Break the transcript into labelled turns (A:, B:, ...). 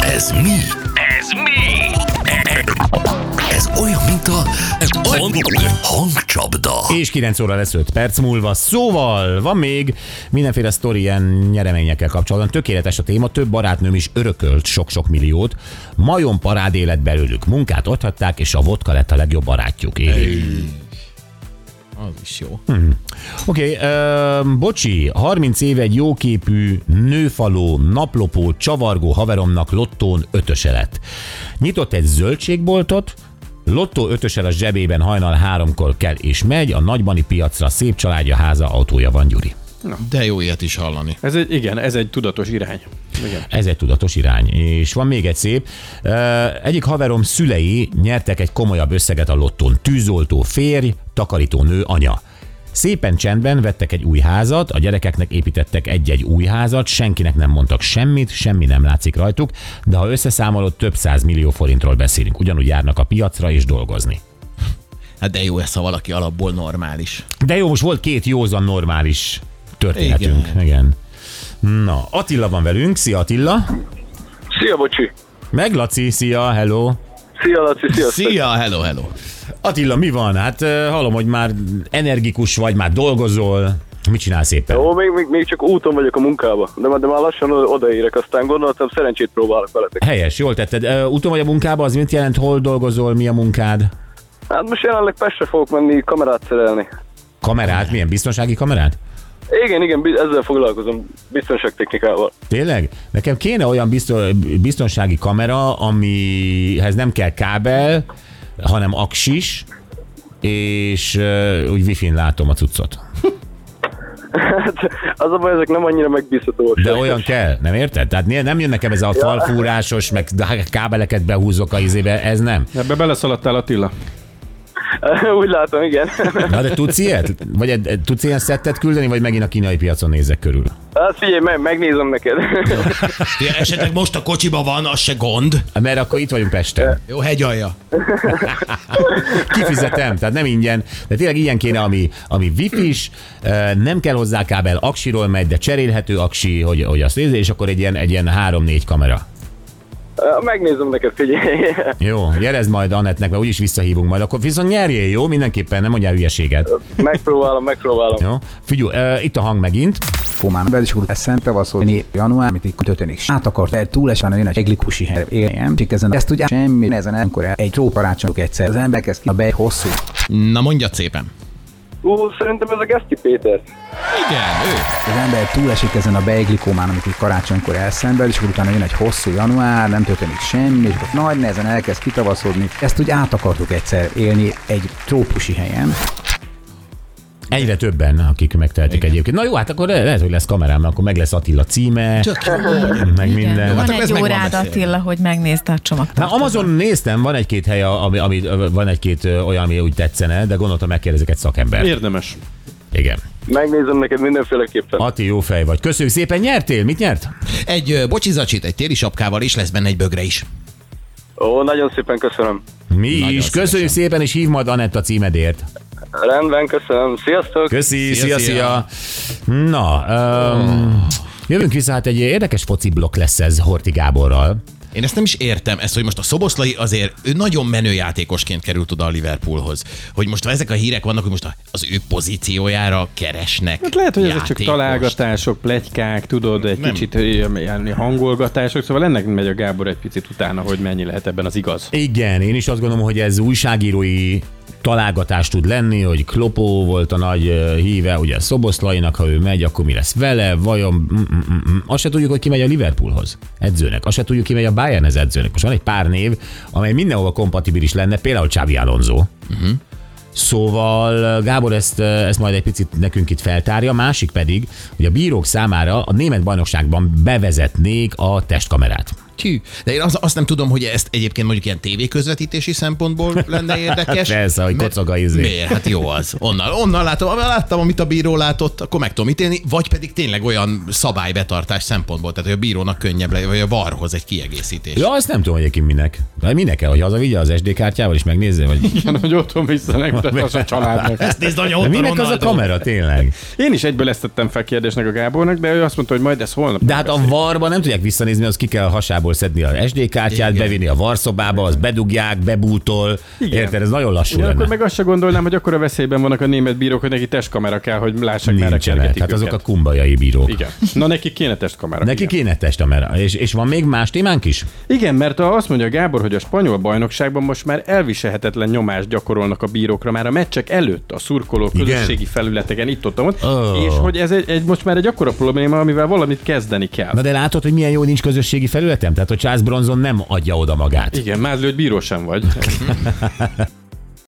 A: Ez mi?
B: Ez mi?
A: Ez olyan, mint a hangcsapda.
C: És 9 óra lesz 5 perc múlva. Szóval van még mindenféle sztori ilyen nyereményekkel kapcsolatban. Tökéletes a téma, több barátnőm is örökölt sok-sok milliót. Majon parád élet belőlük. Munkát adhatták, és a vodka lett a legjobb barátjuk. Éri.
D: Az is jó.
C: Oké, okay, uh, bocsi, 30 éve egy jóképű, nőfaló, naplopó, csavargó haveromnak lottón ötöse lett. Nyitott egy zöldségboltot, Lottó ötösel a zsebében hajnal háromkor kell és megy, a nagybani piacra szép családja, háza, autója van, Gyuri.
D: De jó ilyet is hallani.
E: Ez egy, igen, ez egy tudatos irány. Igen.
C: Ez egy tudatos irány. És van még egy szép. Ö, Egyik haverom szülei nyertek egy komolyabb összeget a lottón. Tűzoltó férj, takarító nő, anya. Szépen csendben vettek egy új házat, a gyerekeknek építettek egy-egy új házat, senkinek nem mondtak semmit, semmi nem látszik rajtuk, de ha összeszámolod, több száz millió forintról beszélünk. Ugyanúgy járnak a piacra és dolgozni.
D: Hát de jó ez, ha valaki alapból normális.
C: De jó, most volt két józan normális történetünk. Igen. Igen. Na, Attila van velünk. Szia Attila.
F: Szia, bocsi!
C: Meg Laci, szia, hello.
F: Szia, Laci, sziasztok!
D: Szia, hello, hello.
C: Attila, mi van? Hát ö, hallom, hogy már energikus vagy, már dolgozol. Mit csinálsz éppen?
F: Ó, még, még, még csak úton vagyok a munkába, de már, de már lassan o- odaérek, aztán gondoltam, szerencsét próbálok veletek.
C: Helyes, jól tetted. Ö, Úton vagy a munkába, az mit jelent, hol dolgozol, mi a munkád?
F: Hát most jelenleg Pestre fogok menni kamerát szerelni.
C: Kamerát, milyen biztonsági kamerát?
F: Igen, igen, bi- ezzel foglalkozom, biztonságtechnikával.
C: Tényleg? Nekem kéne olyan bizto- biztonsági kamera, amihez nem kell kábel, hanem aksis, és ö, úgy wifi-n látom a cuccot.
F: Hát az a baj, ezek nem annyira megbízhatóak.
C: De
F: sajnos.
C: olyan kell, nem érted? Tehát né- nem jön nekem ez a falfúrásos, meg kábeleket behúzok a izébe, ez nem.
E: Ebbe beleszaladtál Attila.
F: Úgy látom, igen.
C: Na de tudsz ilyet? Vagy egy- egy- tudsz ilyen szettet küldeni, vagy megint a kínai piacon nézek körül?
F: Hát figyelj, meg, megnézem neked.
D: Ja, esetleg most a kocsiba van, az se gond.
C: Mert akkor itt vagyunk Pesten.
D: Jó, hegyalja.
C: Kifizetem, tehát nem ingyen. De tényleg ilyen kéne, ami, ami wifi-s, eh, nem kell hozzá kábel, aksiról megy, de cserélhető aksi, hogy, hogy azt nézze, és akkor egy ilyen, egy ilyen 3-4 kamera.
F: megnézem neked, figyelj.
C: Jó, jelez majd Annettnek, mert úgyis visszahívunk majd. Akkor viszont nyerjél, jó? Mindenképpen nem mondjál hülyeséget.
F: Megpróbálom, megpróbálom.
C: Jó? Figyú, uh, itt a hang megint.
G: Fomán Belisúr eszente vaszolni január, amit itt történik. És Át akart el túlesen jön egy eglikusi hely. Éljem, csak ezen ezt ugye semmi nehezen amikor egy tróparácsonok egyszer. Az ember kezd ki a be hosszú.
D: Na mondja szépen.
F: Ú, szerintem ez a Geszti Péter.
D: Igen, ő.
G: Az ember túlesik ezen a beiglikómán, amit így karácsonykor elszenved, és akkor utána jön egy hosszú január, nem történik semmi, és akkor nagy nehezen elkezd kitavaszodni. Ezt úgy át akartuk egyszer élni egy trópusi helyen.
C: Egyre többen, akik megtehetik
D: Igen.
C: egyébként. Na jó, hát akkor le- lehet, hogy lesz kamerám, mert akkor meg lesz Attila címe,
D: Tök jó.
C: meg
H: Igen,
C: minden.
D: hát
H: Van
D: akkor ez
H: egy
D: meg van
H: órád,
D: beszélve.
H: Attila, hogy megnézd a csomagtartót.
C: Na, Hát Amazon néztem, van egy-két hely, ami, ami, van egy-két ö, olyan, ami úgy tetszene, de gondoltam megkérdezek egy szakembert.
E: Érdemes.
C: Igen.
F: Megnézem neked mindenféleképpen.
C: Ati, jó fej vagy. Köszönjük szépen, nyertél? Mit nyert?
D: Egy ö, bocsizacsit, egy téli sapkával, és lesz benne egy bögre is.
F: Ó, nagyon szépen köszönöm.
C: Mi
D: Nagyon
C: is.
D: szívesen.
C: Köszönjük szépen, és hív majd Anett a címedért.
F: Rendben, köszönöm. Sziasztok!
C: Köszi,
D: Szia,
C: szia, szia. Na, um, jövünk vissza, hát egy érdekes foci blokk lesz ez Horti Gáborral.
D: Én ezt nem is értem, ezt, hogy most a Szoboszlai azért ő nagyon menő játékosként került oda a Liverpoolhoz. Hogy most ha ezek a hírek vannak, hogy most a- az ő pozíciójára keresnek.
E: Hát lehet, hogy ezek csak
D: játékost.
E: találgatások, plegykák, tudod, egy
D: Nem.
E: nem. kicsit eh, ilyen ilyen hangolgatások, szóval ennek megy a Gábor egy picit utána, hogy mennyi lehet ebben az igaz.
C: Igen, én is azt gondolom, hogy ez újságírói találgatás tud lenni, hogy Klopó volt a nagy ö, híve, ugye Szoboszlainak, ha ő megy, akkor mi lesz vele, vajon... mm, Mm-mm-mm. Azt se tudjuk, hogy ki megy a Liverpoolhoz edzőnek, azt se tudjuk, ki megy a Bayernhez edzőnek. Most van egy pár név, amely mindenhova kompatibilis lenne, például Xabi Alonso. Uh-huh. Szóval ö, Gábor ezt, ö, ezt majd egy picit nekünk itt feltárja, másik pedig, hogy a bírók számára a német bajnokságban bevezetnék a testkamerát.
D: Tű. De én az, azt nem tudom, hogy ezt egyébként mondjuk ilyen tévéközvetítési szempontból lenne érdekes.
C: Persze, hogy
D: Mert-
C: kocog Hát a izé.
D: Miért? Hát jó az. Onnan, onnan látom, ha láttam, amit a bíró látott, akkor meg tudom ítélni, vagy pedig tényleg olyan szabálybetartás szempontból, tehát hogy a bírónak könnyebb legyen, vagy a varhoz egy kiegészítés.
C: Ja, azt nem tudom egyébként minek. De minek kell, hogy hazavigye az SD kártyával és megnézze, vagy...
E: Igen, hogy otthon visszanekmutatás a családnak.
D: Ezt nézd, anya,
C: De
D: ott
C: minek az a kamera tényleg?
E: Én is egyből ezt tettem fel kérdésnek a Gábornak, de ő azt mondta, hogy majd ez holnap.
C: De hát a varban nem tudják visszanézni, az ki kell a hasából szedni a SD kártyát,
D: Igen.
C: bevinni a varszobába, az bedugják, bebútol.
E: Igen.
C: Érted, ez nagyon lassú
E: Ugyanakkor
C: lenne.
E: meg azt se gondolnám, hogy akkor a veszélyben vannak a német bírók, hogy neki testkamera kell, hogy lássák, merre
C: Nincsenek.
E: kergetik
C: Tehát azok a
E: őket.
C: kumbajai bírók.
E: Igen. Na neki kéne testkamera.
C: Neki
E: igen.
C: kéne testamera. És, és van még más témánk is?
E: Igen, mert a- azt mondja Gábor, hogy a spanyol bajnokságban most már elviselhetetlen nyomást gyakorolnak a bírókra, már a meccsek előtt a szurkoló
C: Igen.
E: közösségi felületeken itt ott, ott
C: Ó.
E: oh. és hogy ez egy, egy, most már egy akkora probléma, amivel valamit kezdeni kell.
C: Na de látod, hogy milyen jó nincs közösségi felületem? Tehát, hogy Charles Bronson nem adja oda magát.
E: Igen, mázlő, hogy bíró sem vagy.